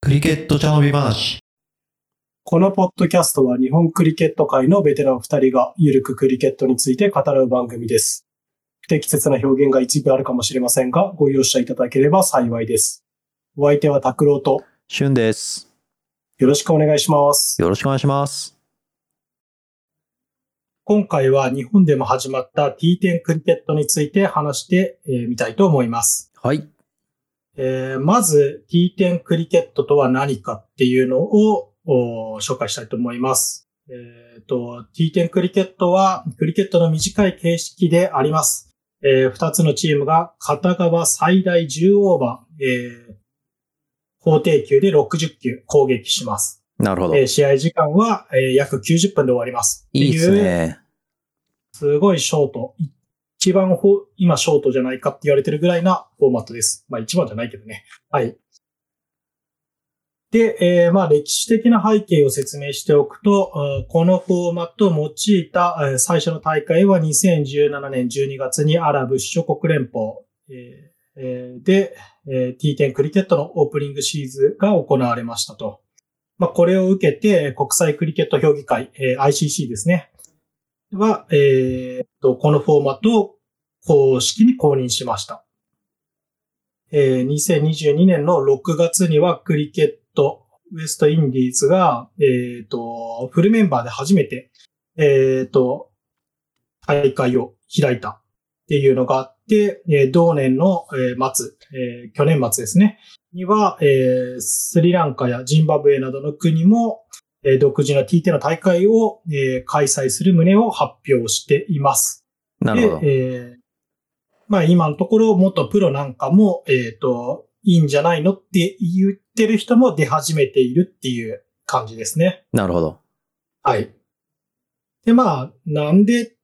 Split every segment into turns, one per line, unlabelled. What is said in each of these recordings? クリケット茶飲み話。
このポッドキャストは日本クリケット界のベテラン2人がゆるくクリケットについて語らう番組です。不適切な表現が一部あるかもしれませんが、ご容赦いただければ幸いです。お相手は拓郎と
しゅんです。
よろしくお願いします。
よろしくお願いします。
今回は日本でも始まった T10 クリケットについて話してえーみたいと思います。
はい。
えーまず T10 クリケットとは何かっていうのをお紹介したいと思います。えーと T10 クリケットはクリケットの短い形式であります。え2つのチームが片側最大10オーバー、えー法定球で60球攻撃します。
なるほど。
えー
い
試合時間は、えー約90分で終わります。
いっす
っていう
ね。
すごいショート。い一番ほ今ショートじゃないかって言われてるぐらいなフォーマットです。まあ一番じゃないけどね。はい。で、えーまあ歴史的な背景を説明しておくと、うんこのフォーマットを用いたえー最初の大会は2017年12月にアラブ首長国連邦、えーえーで、えー T10 クリケットのオープニングシーズンが行われましたと。まあこれを受けて国際クリケット評議会、えー ICC ですね。は、えーっと、このフォーマットを公式に公認しました。えー2022年の6月にはクリケット、ウエストインディーズが、えーっと、フルメンバーで初めて、えーっと、大会を開いたっていうのがあって、えー同年の、えー末、えー去年末ですね、には、えースリランカやジンバブエなどの国も、えー独自の TT の大会を、えー開催する旨を発表しています。
なるほど
で、。えーまあ今のところ元プロなんかも、えっ、と、いいんじゃないのって言ってる人も出始めているっていう感じですね。
なるほど。
はい。で、まあ、なんで、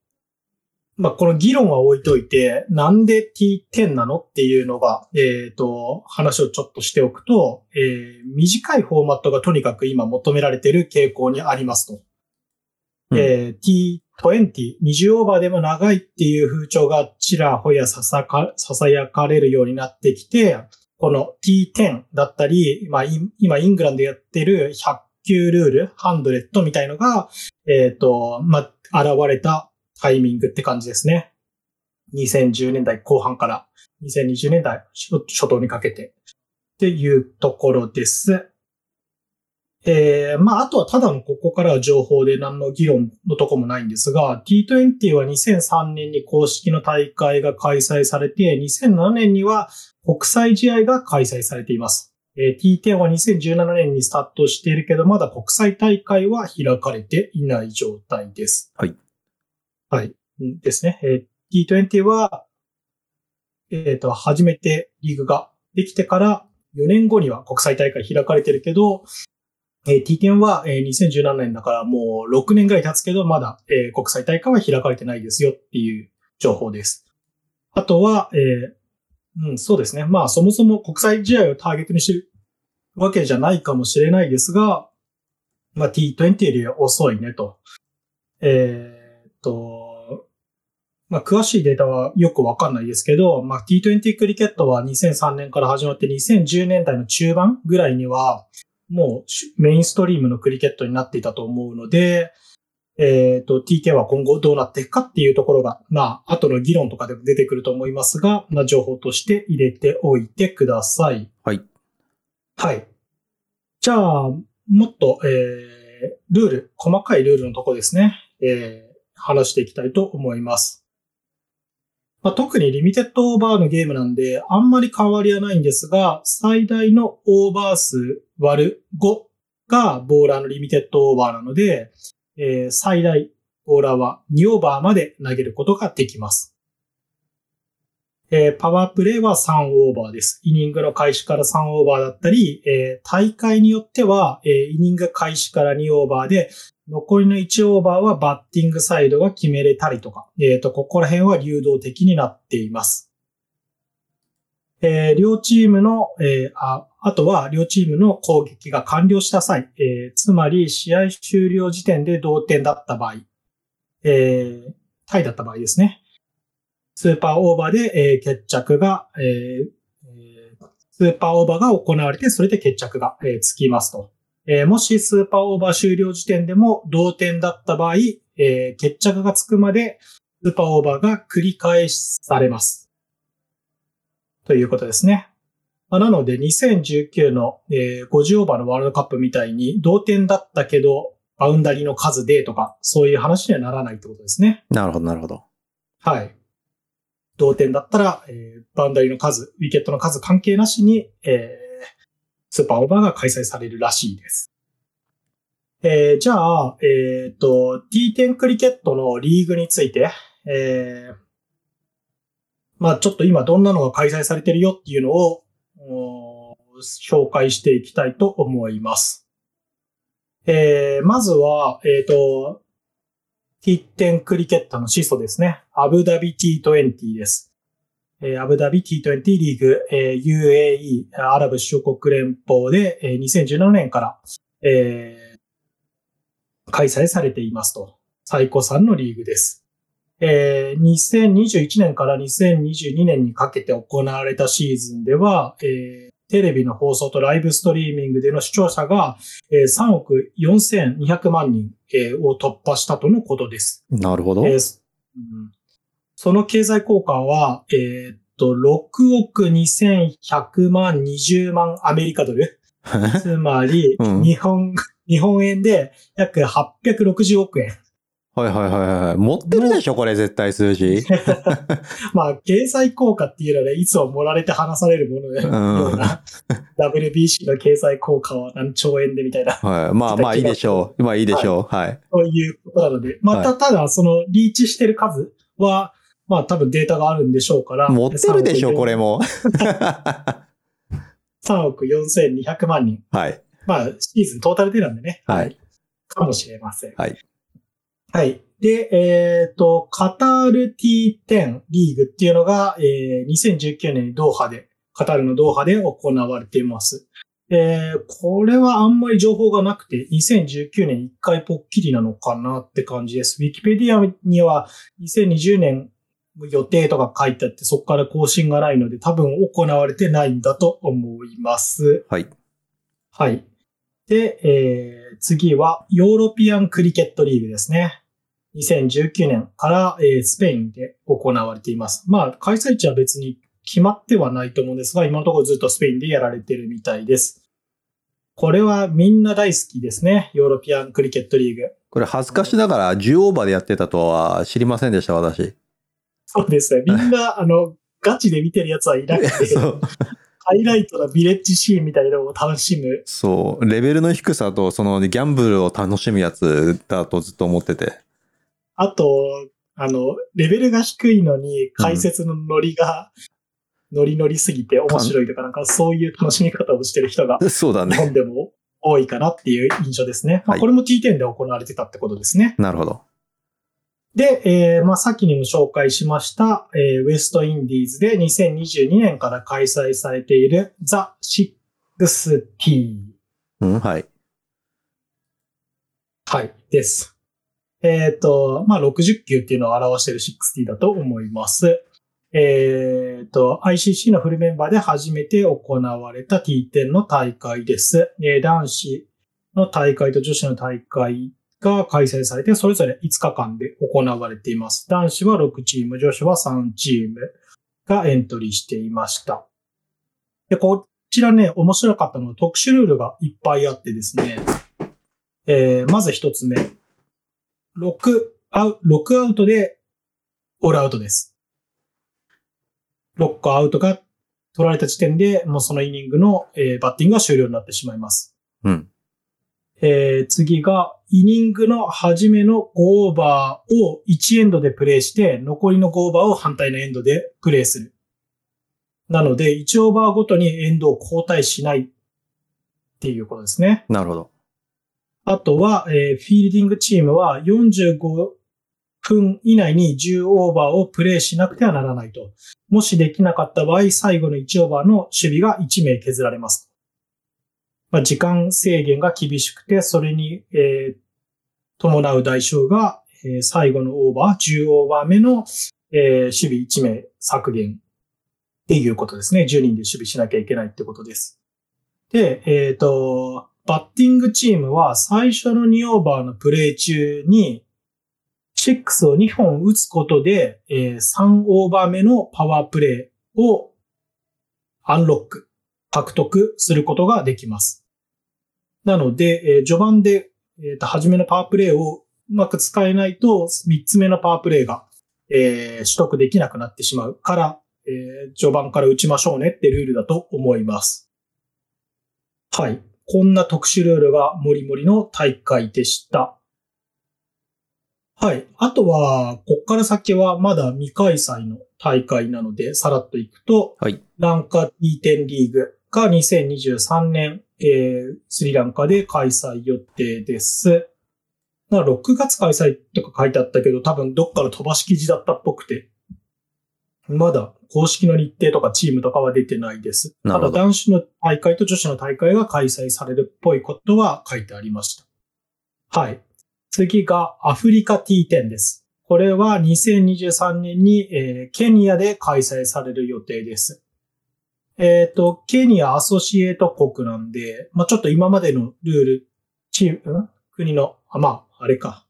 まあ、この議論は置いといて、なんで T10 なのっていうのが、えっ、と、話をちょっとしておくと、えー短いフォーマットがとにかく今求められている傾向にありますと。
うん
えー T20、20オーバーでも長いっていう風潮がちらほやささか、ささやかれるようになってきて、この T10 だったり、まあ、い今イングランドやってる100球ルール、ハンドレットみたいのが、えっ、と、まあ、現れたタイミングって感じですね。2010年代後半から2020年代初初頭にかけてっていうところです。えー、まあ、あとはただのここからは情報で何の議論のとこもないんですが、T20 は2003年に公式の大会が開催されて、2007年には国際試合が開催されています。えー T10 は2017年にスタートしているけど、まだ国際大会は開かれていない状態です。
はい。
はい。んですね。えー T20 は、えっ、と、初めてリーグができてから4年後には国際大会開かれてるけど、えー T10 は、えー2017年だからもう6年ぐらい経つけど、まだ、えー国際大会は開かれてないですよっていう情報です。あとは、えーうん、そうですね。まあそもそも国際試合をターゲットにしてるわけじゃないかもしれないですが、まあ T20 より遅いねと。えーっと、まあ詳しいデータはよくわかんないですけど、まあ T20 クリケットは2003年から始まって2010年代の中盤ぐらいには、もうしメインストリームのクリケットになっていたと思うので、えっ、と、TK は今後どうなっていくかっていうところが、まあ、後の議論とかでも出てくると思いますが、まあ、情報として入れておいてください。
はい。
はい。じゃあ、もっと、えー、ルール、細かいルールのところですね、えー、話していきたいと思います。まあ、特にリミテッドオーバーのゲームなんで、あんまり変わりはないんですが、最大のオーバー数割る5がボーラーのリミテッドオーバーなので、えー最大ボーラーは2オーバーまで投げることができます。えーパワープレイは3オーバーです。イニングの開始から3オーバーだったり、えー大会によっては、えーイニング開始から2オーバーで、残りの1オーバーはバッティングサイドが決めれたりとか、えっ、と、ここら辺は流動的になっています。えー両チームの、えーあ、あとは両チームの攻撃が完了した際、えーつまり試合終了時点で同点だった場合、えータイだった場合ですね。スーパーオーバーで、えー決着が、えーえースーパーオーバーが行われて、それで決着が、えーつきますと。えーもしスーパーオーバー終了時点でも同点だった場合、えー決着がつくまで、スーパーオーバーが繰り返しされます。ということですね。まあなので、2019の、えー50オーバーのワールドカップみたいに、同点だったけど、バウンダリの数でとか、そういう話にはならないってことですね。
なるほど、なるほど。
はい。同点だったら、えーバウンダリの数、ウィケットの数関係なしに、えースーパーオーバーが開催されるらしいです。えーじゃあ、えっ、と、T10 クリケットのリーグについて、えーまあちょっと今どんなのが開催されてるよっていうのを、おー紹介していきたいと思います。えーまずは、えっ、と、T10 クリケットの始祖ですね。アブダビ T20 です。えーアブダビ T20 リーグ、えー UAE、アラブ諸国連邦で、えー2017年から、えー開催されていますと。最高3のリーグです。えー2021年から2022年にかけて行われたシーズンでは、えーテレビの放送とライブストリーミングでの視聴者が、えー3億4200万人、えーを突破したとのことです。
なるほど。
えーそうんその経済効果は、えーっと、6億2100万20万アメリカドル。つまり、
うん
日本、日本円で約860億円。
はいはいはいはい。持ってるでしょ、これ絶対数 字。
まあ、経済効果っていうのはね、いつも盛られて話されるもののような、WBC の経済効果は何兆円でみたいな、
はい。まあまあいいでしょう。まあいいでしょう。はい。
そういうことなので、また、ただ、その、リーチしてる数は、まあ、多分データがあるんでしょうから。
持ってるでしょ、こ
れ
れも。
3億4200万人。
はい。
まあ、シーズントータルでなんでね。
はい。
かもしれません。
はい。
はい。で、えっ、と、カタール T10 リーグっていうのが、えー2019年にドーハで、カタールのドーハで行われています。えーこれはあんまり情報がなくて、2019年一回ぽっきりなのかなって感じです。ウィキペディアには2020年予定とか書いてあって、そこから更新がないので、多分行われてないんだと思います。
はい。
はい。で、えー次はヨーロピアンクリケットリーグですね。2019年から、えースペインで行われています。まあ、開催地は別に決まってはないと思うんですが、今のところずっとスペインでやられてるみたいです。これはみんな大好きですね。ヨーロピアンクリケットリーグ。
これ恥ずかしながら10オーバーでやってたとは知りませんでした、私。
そうですね。み んな、あの、ガチで見てるやつはいなくて、
そう。
ハイライトのビレッジシーンみたいなのを楽しむ
そう。レベルの低さと、そのギャンブルを楽しむやつだとずっと思ってて。
あと、あの、レベルが低いのに解説のノリが、ノリノリすぎて面白いとか、なんかそういう楽しみ方をしてる人が
そうだ
日
ね。
本でも多いかなっていう印象ですね。ま
は
あ、
い
これも T10 で行われてたってことですね。
なるほど。
で、えーまあ、さっきにも紹介しました、えーウエストインディーズで2022年から開催されている The 6T。
うん、はい。
はい、です。えっ、と、まあ、60球っていうのを表している60だと思います。えっ、と、ICC のフルメンバーで初めて行われた T10 の大会です。えー男子の大会と女子の大会が開催されて、それぞれ5日間で行われています。男子は6チーム、女子は3チームがエントリーしていました。で、こちらね、面白かったのは特殊ルールがいっぱいあってですね。えーまず一つ目。6アウ、ロックアウトで、オールアウトです。6個アウトが取られた時点で、もうそのイニングの、えーバッティングが終了になってしまいます。
うん。
えー次が、イニングの初めの5オーバーを1エンドでプレイして、残りの5オーバーを反対のエンドでプレイする。なので、1オーバーごとにエンドを交代しないっていうことですね。
なるほど。
あとは、えーフィールディングチームは45分以内に10オーバーをプレイしなくてはならないと。もしできなかった場合、最後の1オーバーの守備が1名削られます。まあ、時間制限が厳しくて、それに、えー伴う代償が、えー最後のオーバー、10オーバー目の、ええー守備1名削減っていうことですね。10人で守備しなきゃいけないってことです。で、えっ、と、バッティングチームは最初の2オーバーのプレイ中に、シックスを2本打つことで、え3オーバー目のパワープレイをアンロック、獲得することができます。なので、えー序盤で、えっ、と、初めのパワープレイをうまく使えないと、3つ目のパワープレイが、えー取得できなくなってしまうから、えー序盤から打ちましょうねってルールだと思います。はい。こんな特殊ルールがもりもりの大会でした。はい。あとは、こっから先はまだ未開催の大会なので、さらっといくと、
はい
ランカ D10 リーグが2023年、えースリランカで開催予定です。まあ、6月開催とか書いてあったけど、多分どっかの飛ばし記事だったっぽくて、まだ公式の日程とかチームとかは出てないです。
な
た
るほ
だ
ど
男子の大会と女子の大会が開催されるっぽいことは書いてありました。はい。次がアフリカ T10 です。これは2023年に、えーケニアで開催される予定です。えっ、と、ケニアアソシエート国なんで、まあ、ちょっと今までのルール、チーム、ん国の、あ、まあ、あれか。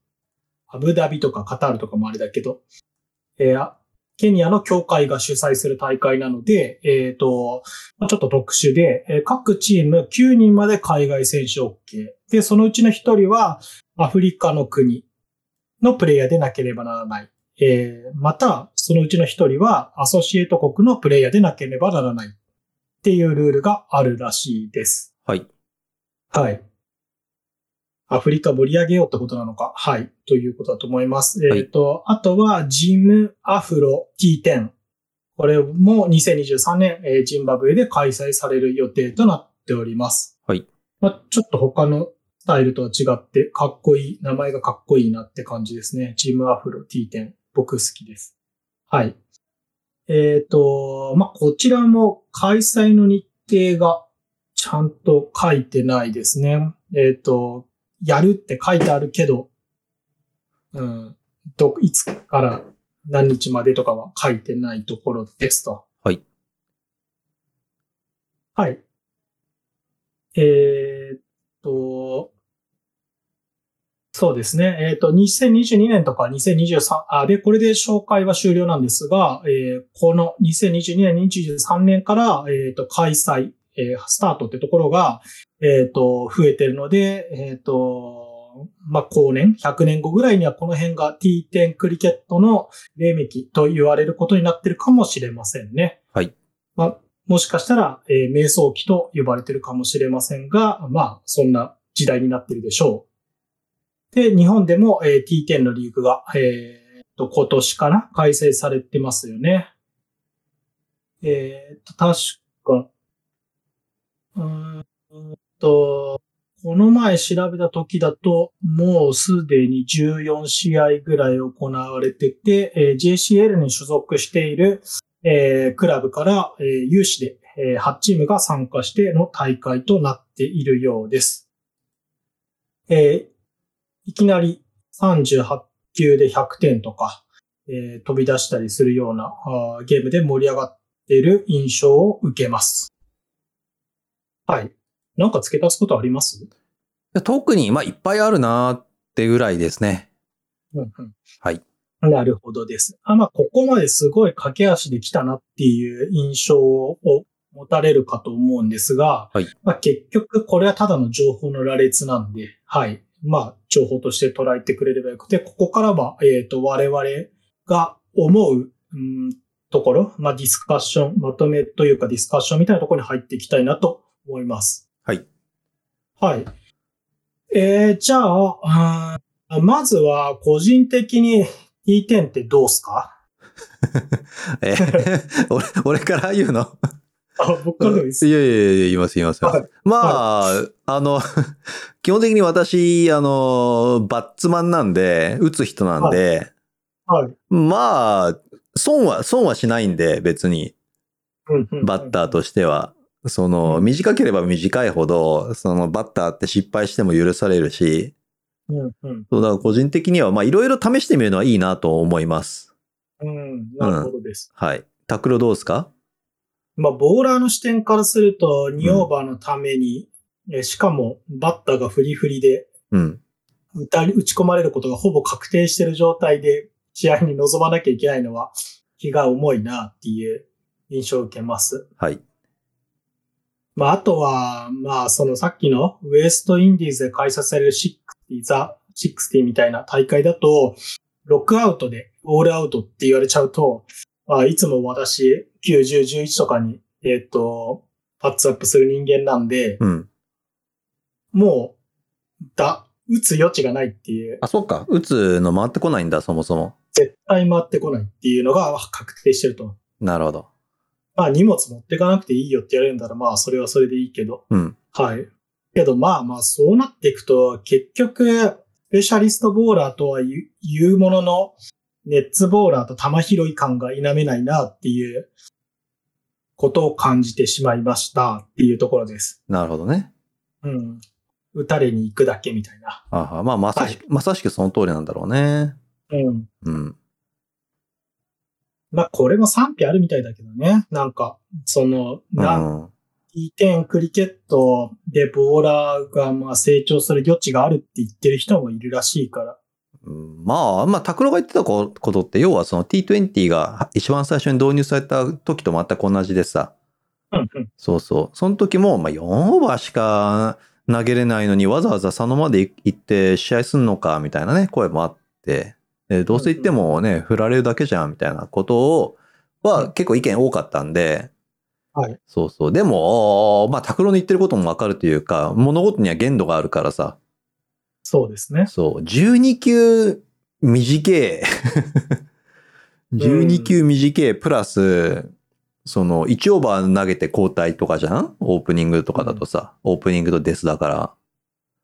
アブダビとかカタールとかもあれだけど、えーあケニアの協会が主催する大会なので、えっ、と、まあちょっと特殊で、えー各チーム9人まで海外選手 OK。で、そのうちの1人はアフリカの国のプレイヤーでなければならない。えーまた、そのうちの1人はアソシエート国のプレイヤーでなければならない。っていうルールがあるらしいです。
はい。
はい。アフリカ盛り上げようってことなのか。はい。ということだと思います。
はい
えっ、と、あとは、ジム・アフロ T10。これも2023年、えージンバブエで開催される予定となっております。
はい。
まあ、ちょっと他のスタイルとは違って、かっこいい、名前がかっこいいなって感じですね。チームアフロ T10。僕好きです。はい。えっ、と、まあ、こちらも開催の日程がちゃんと書いてないですね。えっ、と、やるって書いてあるけど、うん、ど、いつから何日までとかは書いてないところですと。
はい。
はい。えーっと、そうですね。えーっと、2022年とか2023、あ、で、これで紹介は終了なんですが、えーこの2022年、2023年から、えーっと、開催、えースタートってところが、えーっと、増えてるので、えーっと、まあ、後年、100年後ぐらいにはこの辺が T10 クリケットの黎明期と言われることになってるかもしれませんね。
はい。
まあ、もしかしたら、えー瞑想期と呼ばれてるかもしれませんが、まあ、そんな時代になってるでしょう。で、日本でも、えー T10 のリーグが、えーっと、今年かな開催されてますよね。えーっと、確か、うーんと、この前調べた時だと、もうすでに14試合ぐらい行われてて、えー JCL に所属している、えークラブから、えー有志で、えー8チームが参加しての大会となっているようです。えーいきなり38球で100点とか、えー飛び出したりするようなあーゲームで盛り上がっている印象を受けます。はい。なんか付け足すことあります
や特に、まあ、いっぱいあるなーってぐらいです ね。
うんうん
はい。
なるほどです。あまあ、ここまですごい駆け足できたなっていう印象を持たれるかと思うんですが、
はい
まあ、結局これはただの情報の羅列なんで、はい。まあ、情報として捉えてくれればよくて、ここからは、えっ、と、我々が思う、うんところ、まあ、ディスカッション、まとめというかディスカッションみたいなところに入っていきたいなと思います。
はい。
はい。えー、じゃあ、あーまずは個人的に T10 ってどうすか
え ー俺、俺から言うの
あ、僕からでもいいです。
いやいやいや、言います、言います。言います
は
まあ、あの、 基本的に私、あの、バッツマンなんで、打つ人なんで、
はい。
まあ、損は、損はしないんで、別に、バッター
と。
としては。その、
うん
短ければ短いほど、その、バッターって失敗しても許されるし、
うんうん
そうだから個人的には、まあ、いろいろ試してみるのはいいなと思います。
うん、なるほどです。
はい。タックルどうですか
まあ、ボーラーの視点からすると、2オーバーのために、えしかも、バッターがフリフリで、
うん。
打たれ打ち込まれることがほぼ確定している状態で、試合に臨まなきゃいけないのは、気が重いなっていう印象を受けます。
はい。
まあ、あとは、まあ、そのさっきのウエストインディーズで開催される60、ザ・60みたいな大会だと、ロックアウトでオールアウトって言われちゃうと、まあ、いつも私、9、10、11とかに、えっ、と、パッツアップする人間なんで、
うん。
もう、だ、打つ余地がないっていう、
あ、そっか。打つの回ってこないんだ、そもそも。
絶対回ってこないっていうのが確定してると。
なるほど。
まあ、荷物持ってかなくていいよって言われるんだら、まあ、それはそれでいいけど、
うん。
はい。けどまあまあそうなっていくと、結局、スペシャリストボーラーとは言う言うものの、ネッツボーラーと球拾い感が否めないなっていうことを感じてしまいましたっていうところです。
なるほどね。
うん。打たれに行くだけみたいな。
あはまあ、まさしく、まさしくその通りなんだろうね。
うん。
うん。
まあこれも賛否あるみたいだけどね。なんか、その、
う
なん
ん。
いい点クリケットでボーラーがまあ成長する余地があるって言ってる人もいるらしいから。
うんまあ、まあ、拓郎が言ってたこことって、要はその T20 が一番最初に導入された時と全く同じでさ、
うんうん。
そうそう。その時も、まあ、4オーバーしか投げれないのに、わざわざ佐野まで行って試合すんのか、みたいなね、声もあって、でどうせ行ってもね、振られるだけじゃん、みたいなことを、は結構意見多かったんで、
はい
そうそう。でも、まあ、拓郎の言ってることもわかるというか、物事には限度があるからさ、
そうですね。
そう、12球短え。12球短え、プラス、その、1オーバー投げて交代とかじゃんオープニングとかだとさ、オープニングとデスだから。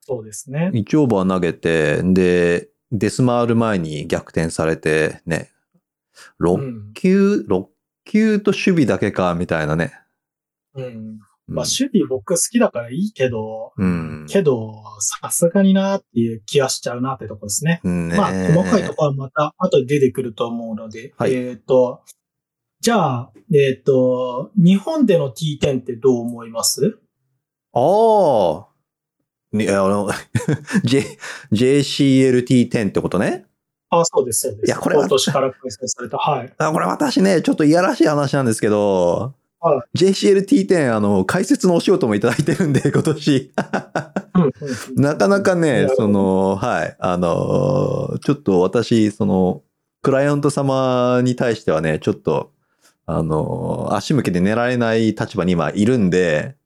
そうですね。
1オーバー投げて、で、デス回る前に逆転されて、ね、
う
6
ん
球、6球と守備だけか、みたいなね。
うん。
うん
まあ、守備僕好きだからいいけど、
うん。
けど、さすがになっていう気がしちゃうなってとこですね。
ね
まあ、細かいところはまた後で出てくると思うので、
はい
えっ、と、じゃあ、えっ、と、日本での T10 ってどう思います
ああ。ね、あの、J、JCLT10 ってことね。
あ、そうです、そうです。
いやこれは
今年から開催された。 はい。
あ、これ私ね、ちょっといやらしい話なんですけど、
は
JCLT10、あの、解説のお仕事もいただいてるんで、今 年。
うん、うん
なかなか
な
ね
るほ、ど
その、はい、あの、ちょっと私、その、クライアント様に対してはね、ちょっと、あの、足向けて寝られない立場に今いるんで、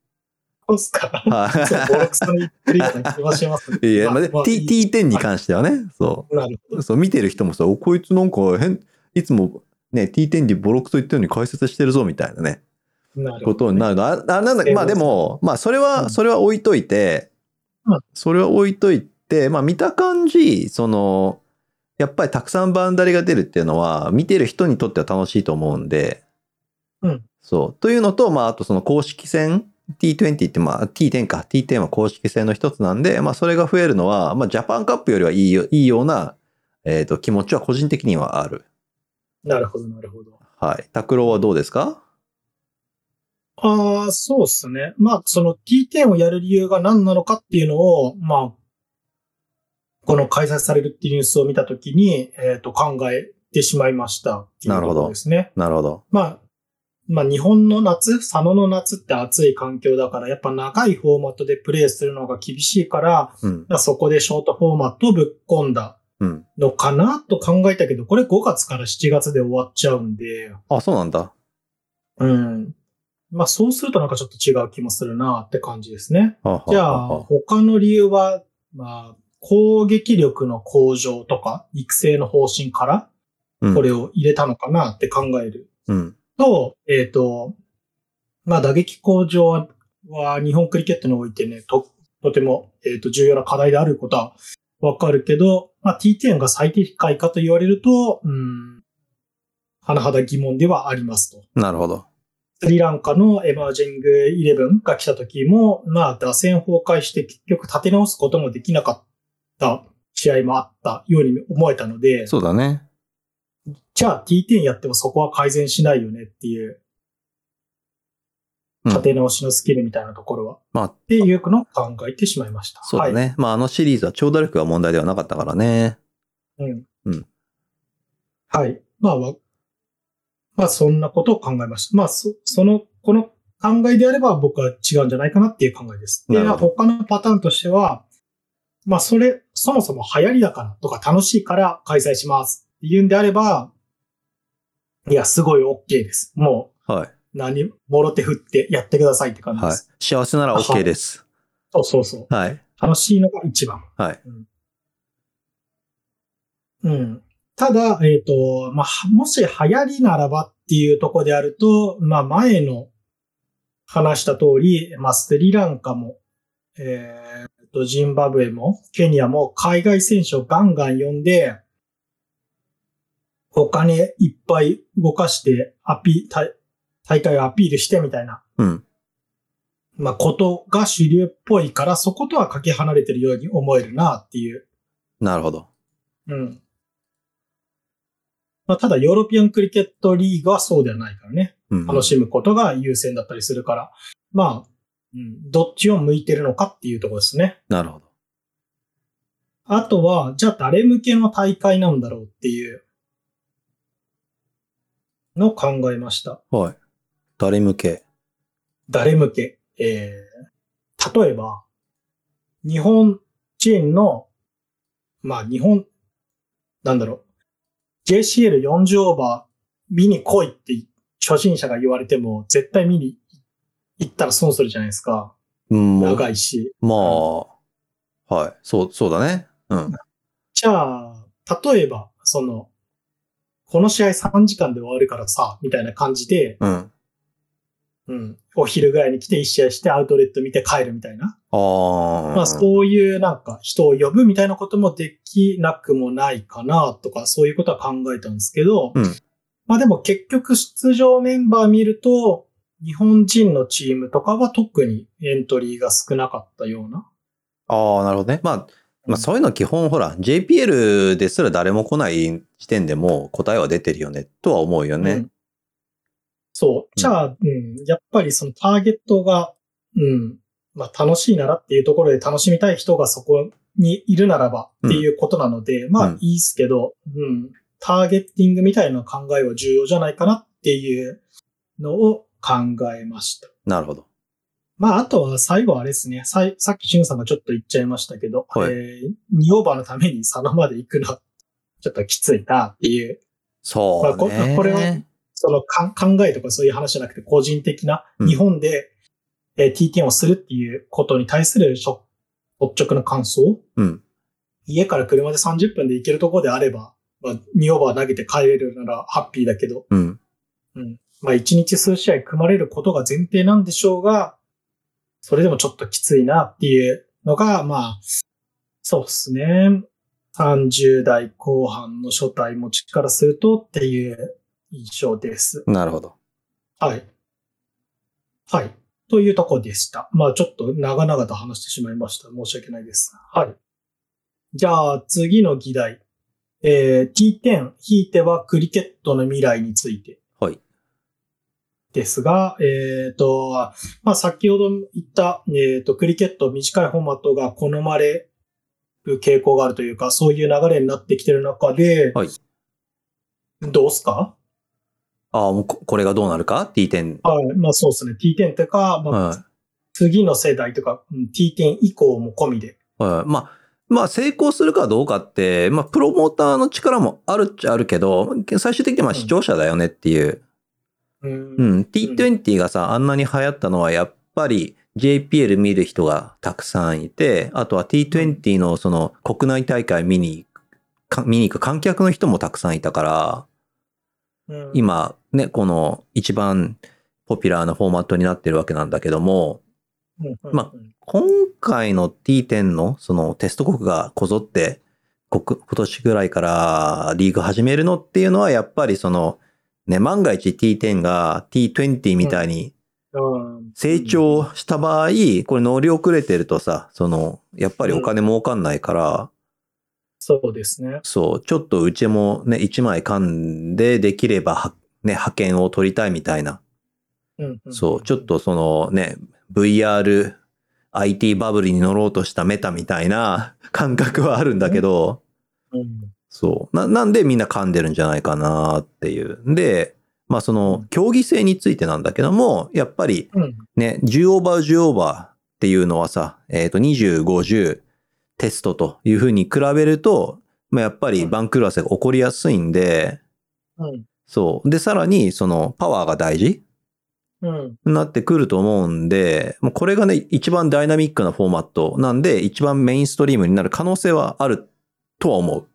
そうっす か。
はい。
そう、ボロクソに言ってるような気がしますね
いや、まあ、で
まあ
T- T10 に関してはね、そう。
なるほど。
そう見てる人もさ、おこいつなんか変、いつもね、T10 でボロクソ言ってるのに解説してるぞみたいなね、
なるほ
こ
ど。
とになるの。あ、あなんだ
でも
まあでも、まあそれ
う
は、
ん
それは置いといて
うん、
それは置いといて、まあ見た感じ、その、やっぱりたくさんバンダリが出るっていうのは、見てる人にとっては楽しいと思うんで、
うん
そう。というのと、まああとその公式戦、T20 ってまあ T10 か、T10 は公式戦の一つなんで、まあそれが増えるのは、まあジャパンカップよりはいいよいいような、えっ、と、気持ちは個人的にはある。
なるほど、なるほど。
はい。拓郎はどうですか
ああ、そうっすね。まあ、その T10 をやる理由が何なのかっていうのを、まあ、この開催されるっていうニュースを見たときに、えっ、と、考えてしまいましたってい
な
うと
るほ
こ
ど
ろですね。
なるほど。
まあ、まあ、日本の夏、佐野の夏って暑い環境だから、やっぱ長いフォーマットでプレイするのが厳しいから、
うん。
まあそこでショートフォーマットをぶっ込んだ
うん。
のかなと考えたけど、これ5月から7月で終わっちゃうんで、
あ、そうなんだ。
うん。まあそうするとなんかちょっと違う気もするなって感じですね。
はは
じゃ
は
あ、
は
他の理由は、まあ、攻撃力の向上とか、育成の方針から、
うん
これを入れたのかなって考える
うん。
と、えっ、と、まあ打撃向上はは日本クリケットにおいてね、と、とても、えっ、と、重要な課題であることはわかるけど、まあ T10 が最適解かと言われると、うん、甚だ疑問ではありますと。
なるほど。
スリランカのエマージングイレブンが来た時も、まあ、打線崩壊して結局立て直すこともできなかった試合もあったように思えたので、
そうだね。
じゃあ T10 やってもそこは改善しないよねっていう、
うん
立て直しのスキルみたいなところは、
まあ、
っていうのを考えてしまいました。
そうだね。
はい。
まあ、あのシリーズは長打力が問題ではなかったからね。
うん。
うん
はい。まあ、わまあ、そんなことを考えました。まあ、そ、その、この考えであれば僕は違うんじゃないかなっていう考えです。で、
なるほど
他のパターンとしては、まあ、それ、そもそも流行りだからとか楽しいから開催しますっていうんであれば、いや、すごい OK です。も
は
う、何、もろ手振ってやってくださいって
い。
感じで
はい
す。。
幸せなら OK です。
そうそうそう。
はい。
楽しいのが一番。
はい
うん。うんただ、えっ、と、まあ、はもし流行りならばっていうところであると、まあ、前の話した通り、まあ、スリランカも、えっ、と、ジンバブエも、ケニアも海外選手をガンガン呼んで、お金いっぱい動かして、アピ、大大会をアピールしてみたいな
うん。
まあ、ことが主流っぽいから、そことはかけ離れてるように思えるなっていう。
なるほど。
うん。まあ、ただ、ヨーロピアンクリケットリーグはそうではないからね。
うん。
楽しむことが優先だったりするから。まあ、うん、どっちを向いてるのかっていうところですね。
なるほど。
あとは、じゃあ誰向けの大会なんだろうっていうのを考えました。
はい。誰向け
誰向け、えー、例えば、日本人の、まあ日本、なんだろう、JCL40 オーバー見に来いって初心者が言われても、絶対見に行ったら損するじゃないですか。
うん、もう、
長いし。
まあ、はい。そう、そうだね。うん。
じゃあ、例えば、その、この試合3時間で終わるからさ、みたいな感じで、
うん。
うん、お昼ぐらいに来て1試合してアウトレット見て帰るみたいな。
あー
まあそういうなんか人を呼ぶみたいなこともできなくもないかなとか、そういうことは考えたんですけど、
うん
まあでも結局出場メンバー見ると、日本人のチームとかは特にエントリーが少なかったような。
ああ、なるほどね。まあ、まあ、そういうの基本、ほら、JPL ですら誰も来ない時点でもう答えは出てるよね、とは思うよ
う
ね
ん。そう。じゃあ、うん、やっぱりそのターゲットが、うん、まあ楽しいならっていうところで楽しみたい人がそこにいるならばっていうことなので、ま
うん
あいいっすけど、うん、ターゲッティングみたいな考えは重要じゃないかなっていうのを考えました。
なるほど。
まあ、あとは最後はあれですね。さいさっきしゅんさんがちょっと言っちゃいましたけど、
はい
えー、2オーバーのために佐野まで行くのは、ちょっときついなっていうまあ
そ
こ
うね。
これはそのか考えとかそういう話じゃなくて、個人的な
うん
日本で、えー TTN をするっていうことに対するしょ率直な感想
うん。
家から車で30分で行けるところであれば、まあ、2オーバー投げて帰れるならハッピーだけど、
うん。
まあ1日数試合組まれることが前提なんでしょうが、それでもちょっときついなっていうのが、まあ、そうですね。30代後半の初代持ちからするとっていう印象です。
なるほど。
はい。はい。というとこでした。まあちょっと長々と話してしまいました。申し訳ないです。はい。じゃあ次の議題。えー、T10、ひいてはクリケットの未来について。
はい。
ですが、えっ、と、まあ先ほど言った、えっ、と、クリケット短いフォーマットが好まれる傾向があるというか、そういう流れになってきてる中で、
はい
どうすか
ああ、もうここれがどうなるか ?T 点。
はい。まあそうですね。T10 とか、まあ、
は
次の世代とか、うん T10 以降も込みで。
い。はい。まあ、まあ、成功するかどうかって、まあ、プロモーターの力もあるっちゃあるけど、最終的にはまあ
うん
視聴者だよねっていう。
う。
うんん、T20 がさ、あんなに流行ったのはやっぱり JPL 見る人がたくさんいて、あとは T20 のその国内大会見に行く、か見に行く観客の人もたくさんいたから、
うん、
今ね、この一番ポピュラーなフォーマットになってるわけなんだけども、
うん、
ま今回の T10 のそのテスト国がこぞって国今年ぐらいからリーグ始めるのっていうのはやっぱりそのね、万が一 T10 が T20 みたいに
うん、
成長した場合、これ乗り遅れてるとさ、その、やっぱりお金儲かんないから、
そうですね。
そう、ちょっとうちもね、一枚噛んでできればは、ね、派遣を取りたいみたいな。
うん、うん。
そう、ちょっとそのね、VR、IT バブルに乗ろうとしたメタみたいな 感覚はあるんだけど、
うん。
そう。な、なんでみんな噛んでるんじゃないかなっていう。で、まあその、競技性についてなんだけども、やっぱり
うん。
ね、10オーバー10オーバーっていうのはさ、えっ、と、20、50テストというふうに比べると、まあ、やっぱり番狂わせが起こりやすいんで、
うん。
そう。で、さらに、その、パワーが大事
うん。
になってくると思うんで、もうこれがね、一番ダイナミックなフォーマットなんで、一番メインストリームになる可能性はあるとは思う。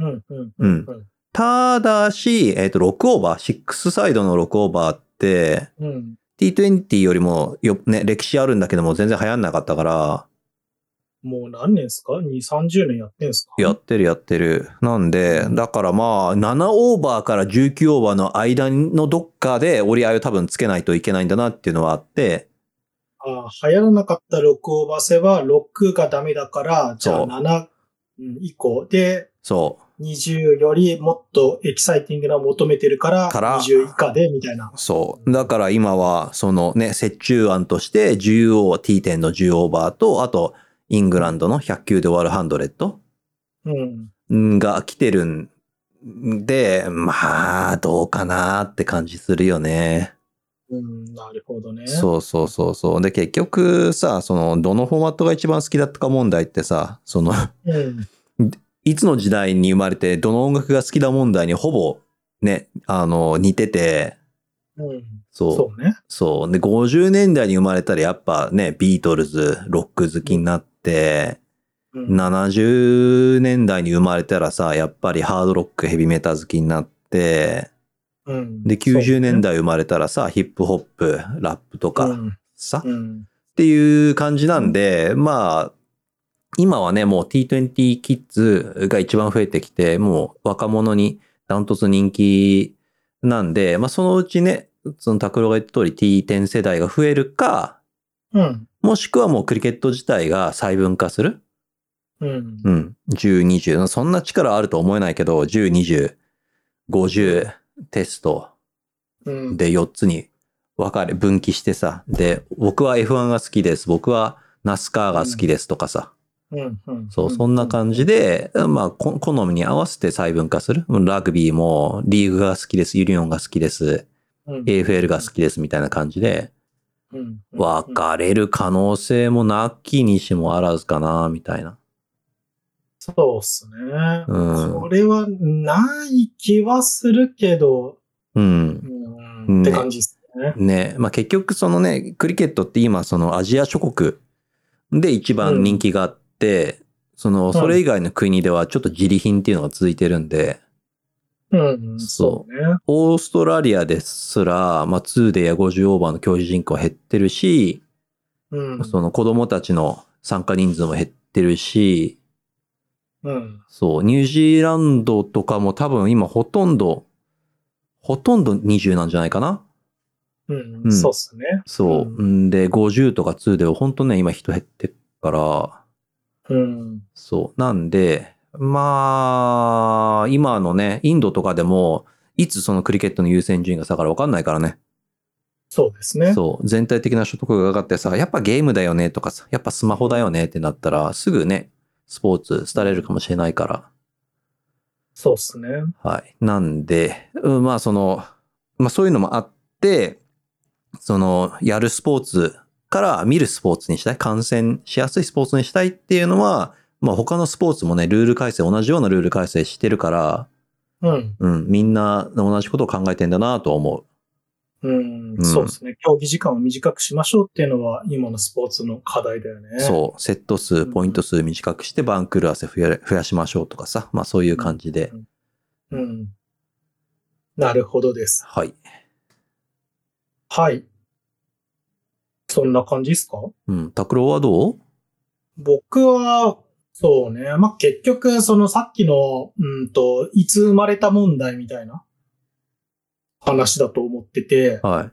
うん。うん。
うん
うん。
ただし、えっ、と、6オーバー、6サイドの6オーバーって、
うん。
T20 よりもよ、ね、歴史あるんだけども、全然流行んなかったから、
もう何年ですか ?2、30年やってんすか
やってるやってる。なんで、だからまあ、7オーバーから19オーバーの間のどっかで折り合いを多分つけないといけないんだなっていうのはあって、
ああ、流行らなかった6オーバーセは6がダメだから、じゃ
そ
あ
う
7うん以降で、
そ
20よりもっとエキサイティングなのを求めてるから、
から
20以下で、みたいな。
う、そう。だから今は、そのね、折衷案として、10オー、T10 の10オーバーと、あと、イングランドの100球で終わる100
うん。
んが来てるんで、まあ、どうかなって感じするよね。
うん、なるほどね。
そうそうそうそう。で、結局さ、その、どのフォーマットが一番好きだったか問題ってさ、その、
う。うん。
いつの時代に生まれて、どの音楽が好きだ問題にほぼ、ね、あの、似てて、
うん。
そう、そう
そうね。
で、50年代に生まれたらやっぱね、ビートルズ、ロック好きになって、
うん。
70年代に生まれたらさ、やっぱりハードロック、ヘビメタ好きになって、
うん
で、90年代生まれたらさ、ヒップホップ、ラップと
そ
か
うね
さ、
うん。うん
っていう感じなんで、まあ、今はね、もう T20 キッズが一番増えてきて、もう若者にダントツ人気なんで、まあそのうちね、その拓郎が言った通り T10 世代が増えるか、
うん。
もしくはもうクリケット自体が細分化する。
うん。
うん。10、20。そんな力あると思えないけど、10、20、50テスト
うん。
で4つに分かれ、分岐してさ。で、僕は F1 が好きです。僕はナスカーが好きですとかさ。
うん、うん。
そう、そんな感じで、まあ、こ好みに合わせて細分化する。ラグビーもリーグが好きです。ユニオンが好きです。
うん。
AFL が好きです。みたいな感じで、
うん。
分かれる可能性もなきにしもあらずかな、みたいな。
そうっすね。
うん
これはない気はするけど、
うん。
うん、って感じですね。
ね、まあ結局そのね、クリケットって今そのアジア諸国で一番人気があって、その、それ以外の国ではちょっと自利品っていうのが続いてるんで、
うん、
そ
そうね。
オーストラリアですら、まあ2でや50オーバーの教授人口は減ってるし、
うん。
その子供たちの参加人数も減ってるし、
うん。
そう、ニュージーランドとかも多分今ほとんど、ほとんど20なんじゃないかな
うん、
うん
そうっすね。
そう。、
うん
で、50とか2でほんとね、今人減ってっから、
うん。
そう。なんで、まあ、今のね、インドとかでも、いつそのクリケットの優先順位が下がるかわかんないからね。
そうですね。
そう。全体的な所得が上がってさ、やっぱゲームだよねとかさ、やっぱスマホだよねってなったら、すぐね、スポーツ廃れるかもしれないから。
そうっすね。
はい。なんで、うん、まあその、まあそういうのもあって、その、やるスポーツから見るスポーツにしたい、観戦しやすいスポーツにしたいっていうのは、まあ他のスポーツもね、ルール改正、同じようなルール改正してるから、
うん。
うん、みんな同じことを考えてんだなとは思
うん、
うん
そうですね。競技時間を短くしましょうっていうのは、今のスポーツの課題だよね。
う。そう、セット数、
ん
ポイント数短くして番狂わせ増や増やしましょうとかさ、まあそういう感じで、
う。うん。なるほどです。
はい。
はい。そんな感じですか
うん、拓郎はどう
僕は、そうね。まあ、結局、そのさっきの、うんと、いつ生まれた問題みたいな話だと思ってて、
はい。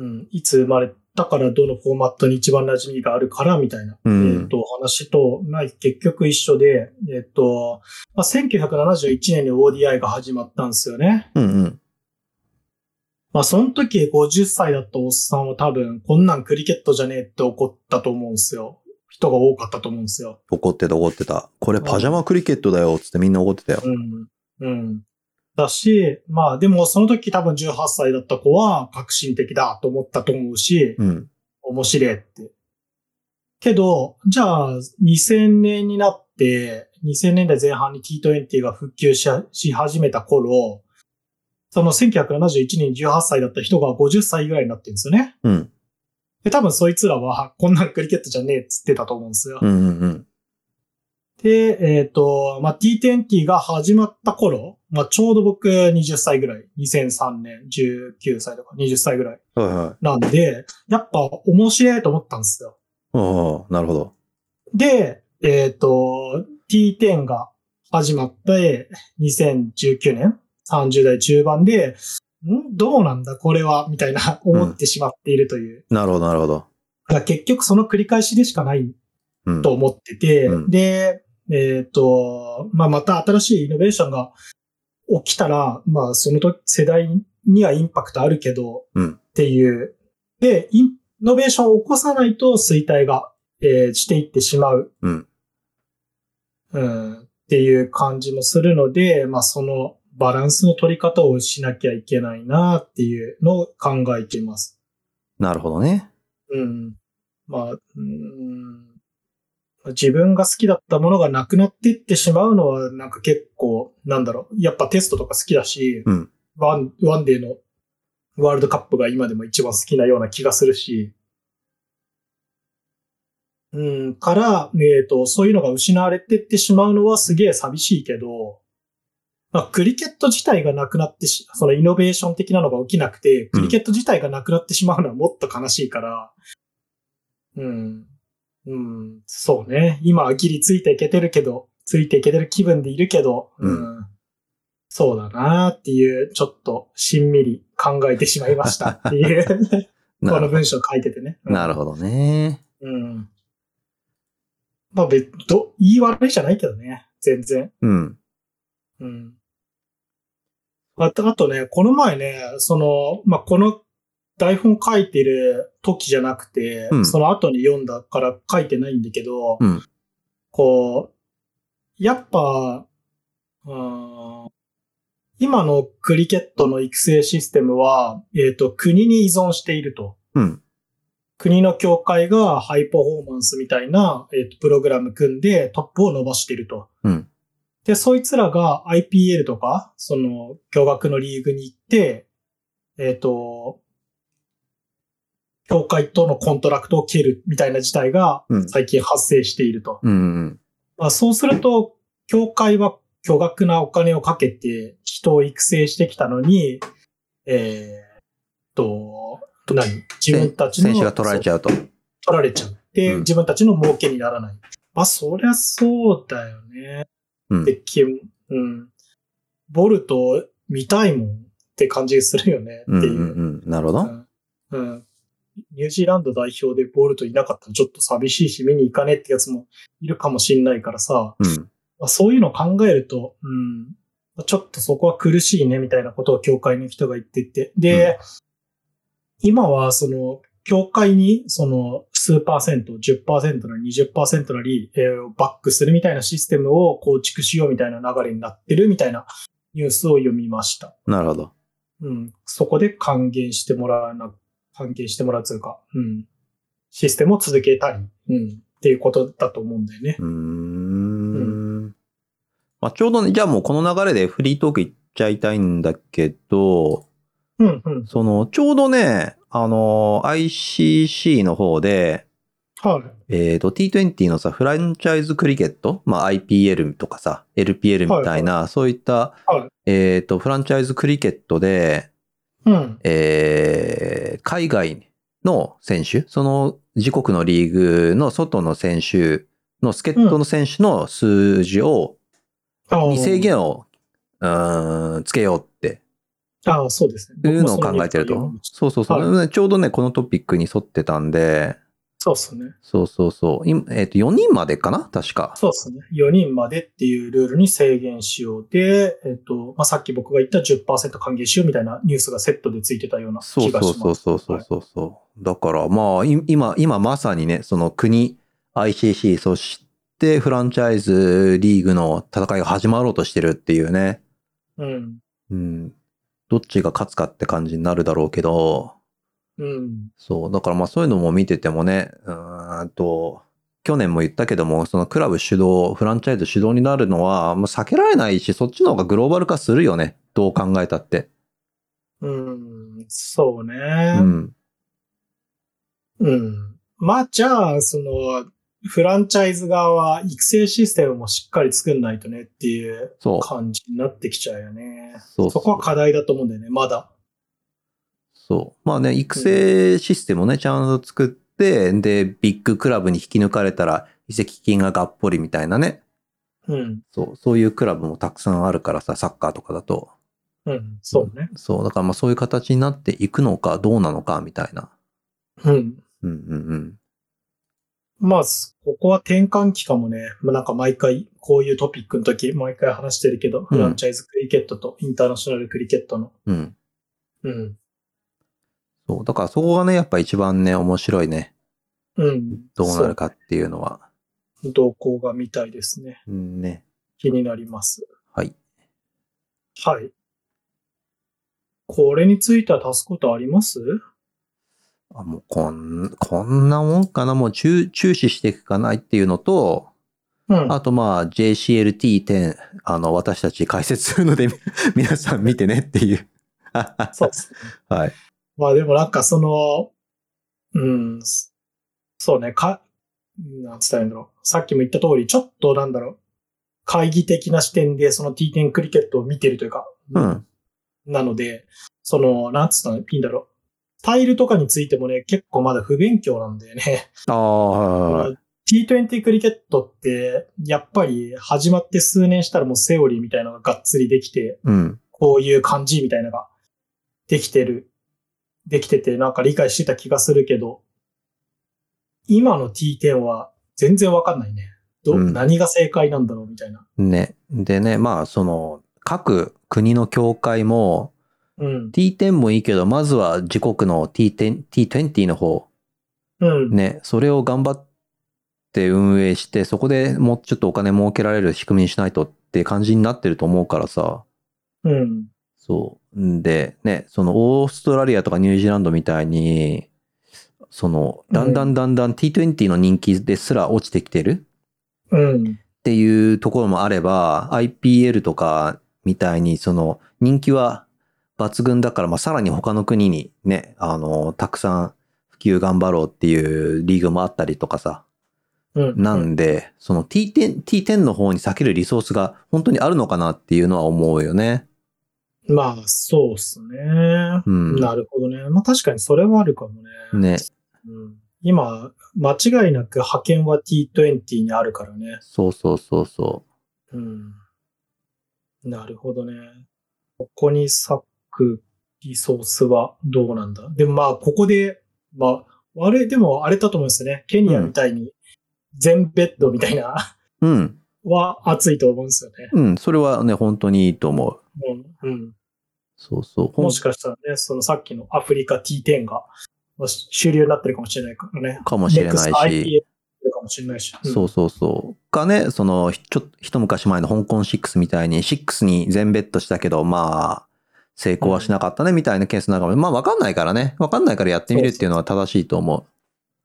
うん、いつ生まれだからどのフォーマットに一番馴染みがあるからみたいな、
うん
えっと、お話と、まあ、結局一緒で、えっと、まあ、1971年に ODI が始まったんですよね。
うんうん。
まあ、その時50歳だったおっさんは多分、こんなんクリケットじゃねえって怒ったと思うんですよ。人が多かったと思うんですよ。
怒ってた怒ってた。これパジャマクリケットだよっつってみんな怒ってたよ。
うん。うん。だし、まあ、でもその時多分18歳だった子は革新的だと思ったと思うし、
うん。
面白いって。けど、じゃあ、2000年になって、2000年代前半に T20 が復旧しし始めた頃、その1971年に18歳だった人が50歳ぐらいになってるんですよね。
うん。
で、多分そいつらは、こんなんクリケットじゃねえっつってたと思うんですよ。
うんうんうん。
で、えっ、と、まあ、T20 が始まった頃、まあ、ちょうど僕20歳ぐらい、2003年、19歳とか20歳ぐらい
はいはい。
なんで、やっぱ面白いと思ったんですよ。
ああ、なるほど。
で、えっ、と、T10 が始まって、2019年、30代中盤で、んどうなんだこれはみたいな思ってしまっているという。
なるほど、なるほど。
だから結局その繰り返しでしかない
うん。
と思ってて、
うん
で、えっ、と、まあ、また新しいイノベーションが起きたら、まあ、その時世代にはインパクトあるけど、
うん
っていう。で、イノベーションを起こさないと衰退が、えーしていってしまう。
うん
うんっていう感じもするので、まあ、そのバランスの取り方をしなきゃいけないなっていうのを考えています。
なるほどね。
うん。まあ、うん。自分が好きだったものがなくなっていってしまうのは、なんか結構、なんだろう。やっぱテストとか好きだし、
うん
ワン、ワンデーのワールドカップが今でも一番好きなような気がするし、うん、から、えっ、と、そういうのが失われてってしまうのはすげえ寂しいけど、まあ、クリケット自体がなくなってし、そのイノベーション的なのが起きなくて、クリケット自体がなくなってしまうのはもっと悲しいから、うん。うん、そうね。今はギリついていけてるけど、ついていけてる気分でいるけど、
うん
うん、そうだなっていう、ちょっとしんみり考えてしまいま したっていう、こ
な
の
る
文章書いててね。うん
なるほどね。
うん。まあ、別、ど、言い悪いじゃないけどね。全然。
うん。
うん。あと、あとね、この前ね、その、まあ、この台本書いてる時じゃなくて、
うん
その後に読んだから書いてないんだけど、
うん
こう、やっぱ、うん今のクリケットの育成システムは、えっ、と、国に依存していると。
うん。
国の協会がハイパフォーマンスみたいな、えっとプログラム組んでトップを伸ばしてると。
うん
で、そいつらが IPL とか、その、共学のリーグに行って、えっ、と、協会とのコントラクトを切るみたいな事態が
うん。
最近発生していると。
うんうん。
まあ、そうすると、協会は巨額なお金をかけて人を育成してきたのに、えーっと、何自分たちの
選手が取られちゃうと。
取られちゃって、
うん
自分たちの儲けにならない。まあ、そりゃそうだよね。
うん
で、きうん。ボルト見たいもんって感じするよね。
うん
っ
う
てい
ん
う。
うん。なるほど。
うんうんニュージーランド代表でボルトいなかったらちょっと寂しいし、見に行かねえってやつもいるかもしんないからさ、
うん。
まあ、そういうのを考えると、うん、まあちょっとそこは苦しいねみたいなことを教会の人が言ってて。で、今はその、教会にその数パーセント、10%なり20%なり、えーバックするみたいなシステムを構築しようみたいな流れになってるみたいなニュースを読みました。
なるほど。
うん、そこで還元してもらわな、還元してもらうというか、うん、システムを続けたり、うん、っていうことだと思うんだよね。
うーん。まあ、ちょうどね、じゃあもうこの流れでフリートークいっちゃいたいんだけど、
うん、うん。
その、ちょうどね、あの、ICC の方で、
はい。
えっ、と、T20 のさ、フランチャイズクリケット、まあ、IPL とかさ、LPL みたいな、そういった、
は
えっ、と、フランチャイズクリケットで、
うん。
えー海外の選手、その自国のリーグの外の選手の助っ人の選手の数字を、
あー
に制限を、うーん、つけようって
ああ、そうですね。
というのを考えてる
僕
と
も。
そうそうそう、ちょうどね、このトピックに沿ってたんで、
そうですね。
そうそうそう。今えっ、と、4人までかな確か。
そうですね。4人までっていうルールに制限しようで、えっと、まあ、さっき僕が言った10%還元しようみたいなニュースがセットでついてたような
そう
気
そ
が
う
します。
そうそうそうそうそう。だからまあ、い今、今まさにね、その国、ICC、そしてフランチャイズリーグの戦いが始まろうとしてるっていうね。
はいうん。
うん。どっちが勝つかって感じになるだろうけど、
うん。
そう。だからまあそういうのも見ててもね、うーんと、去年も言ったけども、そのクラブ主導、フランチャイズ主導になるのは、もう避けられないし、そっちの方がグローバル化するよね。どう考えたって。
うん。そうね。
うん。
うん。まあ、じゃあ、その、フランチャイズ側は育成システムもしっかり作んないとねっていう
そう。
感じになってきちゃうよね。
そう
そこは課題だと思うんだよね、まだ。
そう。まあね、育成システムをね、ちゃんと作って、で、ビッグクラブに引き抜かれたら、移籍金ががっぽりみたいなね。
うん。
そう、そういうクラブもたくさんあるからさ、サッカーとかだと。
うん。そうね。
そう、だからまあそういう形になっていくのか、どうなのか、みたいな。
うん。
うんうんうん。
まあ、すここは転換期かもね。まあ、なんか毎回、こういうトピックの時、毎回話してるけど、フランチャイズクリケットとインターナショナルクリケットの。
うん。
うん。
そう、だからそこがね、やっぱ一番ね、面白いね。
うん。
どうなるかっていうのは。
そう。動向が見たいですね。
うんね。
気になります。
はい。
はい。これについては足すことあります
あもうこん、こんなもんかな。もう注注視していくかないっていうのと、
うん。
あとまあ JCLT10、あの、私たち解説するので、み 皆さん見てねっていう。
そうですね。
はい。
まあでもなんかその、うん、すそうね、か、なんつったらいいんだろう。さっきも言った通り、ちょっとなんだろう。会議的な視点でその T10 クリケットを見てるというか、
うん。
なので、その、なんつったらいいんだろう。タイルとかについてもね、結構まだ不勉強なんだよね。
ああ、はい
T20 クリケットって、やっぱり始まって数年したらもうセオリーみたいなのががっつりできて、
うん。
こういう感じみたいなのができてる、できててなんか理解してた気がするけど、今の T10 は全然わかんないね。ど、
うん
何が正解なんだろうみたいな。
ね。でね、まあ、その、各国の協会も、
うん。
T10 もいいけど、まずは自国の T10、T20 の方、
うん。
ね、それを頑張って運営して、そこでもうちょっとお金儲けられる仕組みにしないとって感じになってると思うからさ。
うん。
そう。んで、ね、そのオーストラリアとかニュージーランドみたいに、その、だんだんだんだん T20 の人気ですら落ちてきてる
うん。
っていうところもあれば、IPL とかみたいに、その、人気は抜群だから、まあ、さらに他の国にね、あの、たくさん普及頑張ろうっていうリーグもあったりとかさ、
うん。
なんで、その T10、T10 の方に避けるリソースが本当にあるのかなっていうのは思うよね。
まあ、そうっすね。
うん。
なるほどね。まあ確かにそれはあるかもね。
ね。
うん、今、間違いなく派遣は T20 にあるからね。
そうそうそうそう。
うん。なるほどね。ここに割くリソースはどうなんだでもまあ、ここで、まあ、あれ、でもあれだと思うんですよね。ケニアみたいに、全ベッドみたいな、
うん。
は熱いと思うんですよね。
うん。それはね、本当にいいと思う。
うん。うん。
そうそう。ほん
もしかしたらね、そのさっきのアフリカ T10 が、まあ主流になってるかもしれないからね。
かもしれないし。
IPA かもしれないし。
そうそうそう。かね、その、ひちょっと、一昔前の香港6みたいに、6に全ベッドしたけど、まあ、成功はしなかったね、みたいなケースなんかも、まあ、わかんないからね。わかんないからやってみるっていうのは正しいと思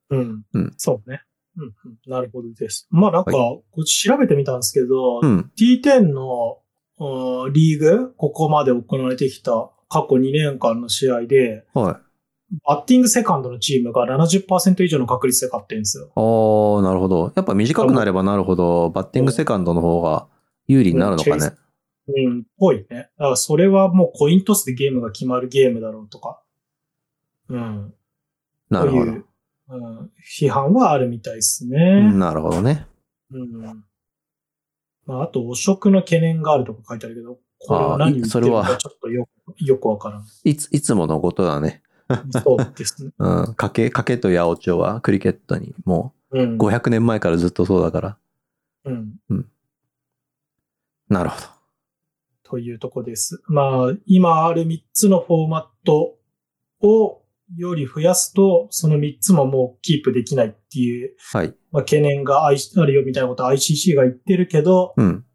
うん。
う
うんん。そうね。うんうん。なるほどです。まあなんか、こう調べてみたんですけど、
う。うん。
T10 のうんリーグ、ここまで行われてきた過去2年間の試合で、
はい。
バッティングセカンドのチームが70%以上の確率で勝ってるんですよ。
あー、なるほど。やっぱ短くなればなるほど、バッティングセカンドの方が有利になるのかね。
うん、ぽいね。だからそれはもうコイントスでゲームが決まるゲームだろうとか、うん、
なるほ
と
ど
い。う、うん、批判はあるみたいですね。
なるほどね。
うん。まあ、あと、汚職の懸念があるとか書いてあるけど、これは何を言ってるの
あーそれは
かちょっとよくよくわ からない
つ、いつものことだね。
い。そうですね。
うん。賭け、賭けと八百長はクリケットにも
うん
う。500年前からずっとそうだから。
うん。
なるほど。
というとこです。まあ、今ある3つのフォーマットをより増やすと、その3つももうキープできないっていう、
はい。
まあ、懸念が I- あるよみたいなこと ICC が言ってるけど、
うん。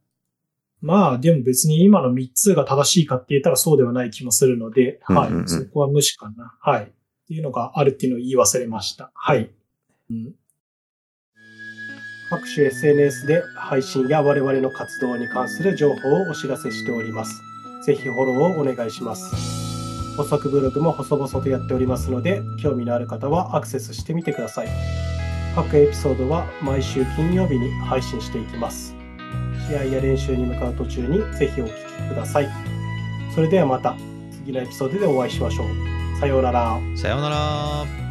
まあ、でも別に今の3つが正しいかって言ったらそうではない気もするので、はい。
うんうんうん
そこは無視かな。はい。っていうのがあるっていうのを言い忘れました。はい。うん
各種 SNS で配信や我々の活動に関する情報をお知らせしております。ぜひフォローをお願いします。補足ブログも細々とやっておりますので、興味のある方はアクセスしてみてください。各エピソードは毎週金曜日に配信していきます。試合や練習に向かう途中にぜひお聞きください。それではまた次のエピソードでお会いしましょう。さようなら。
さようなら。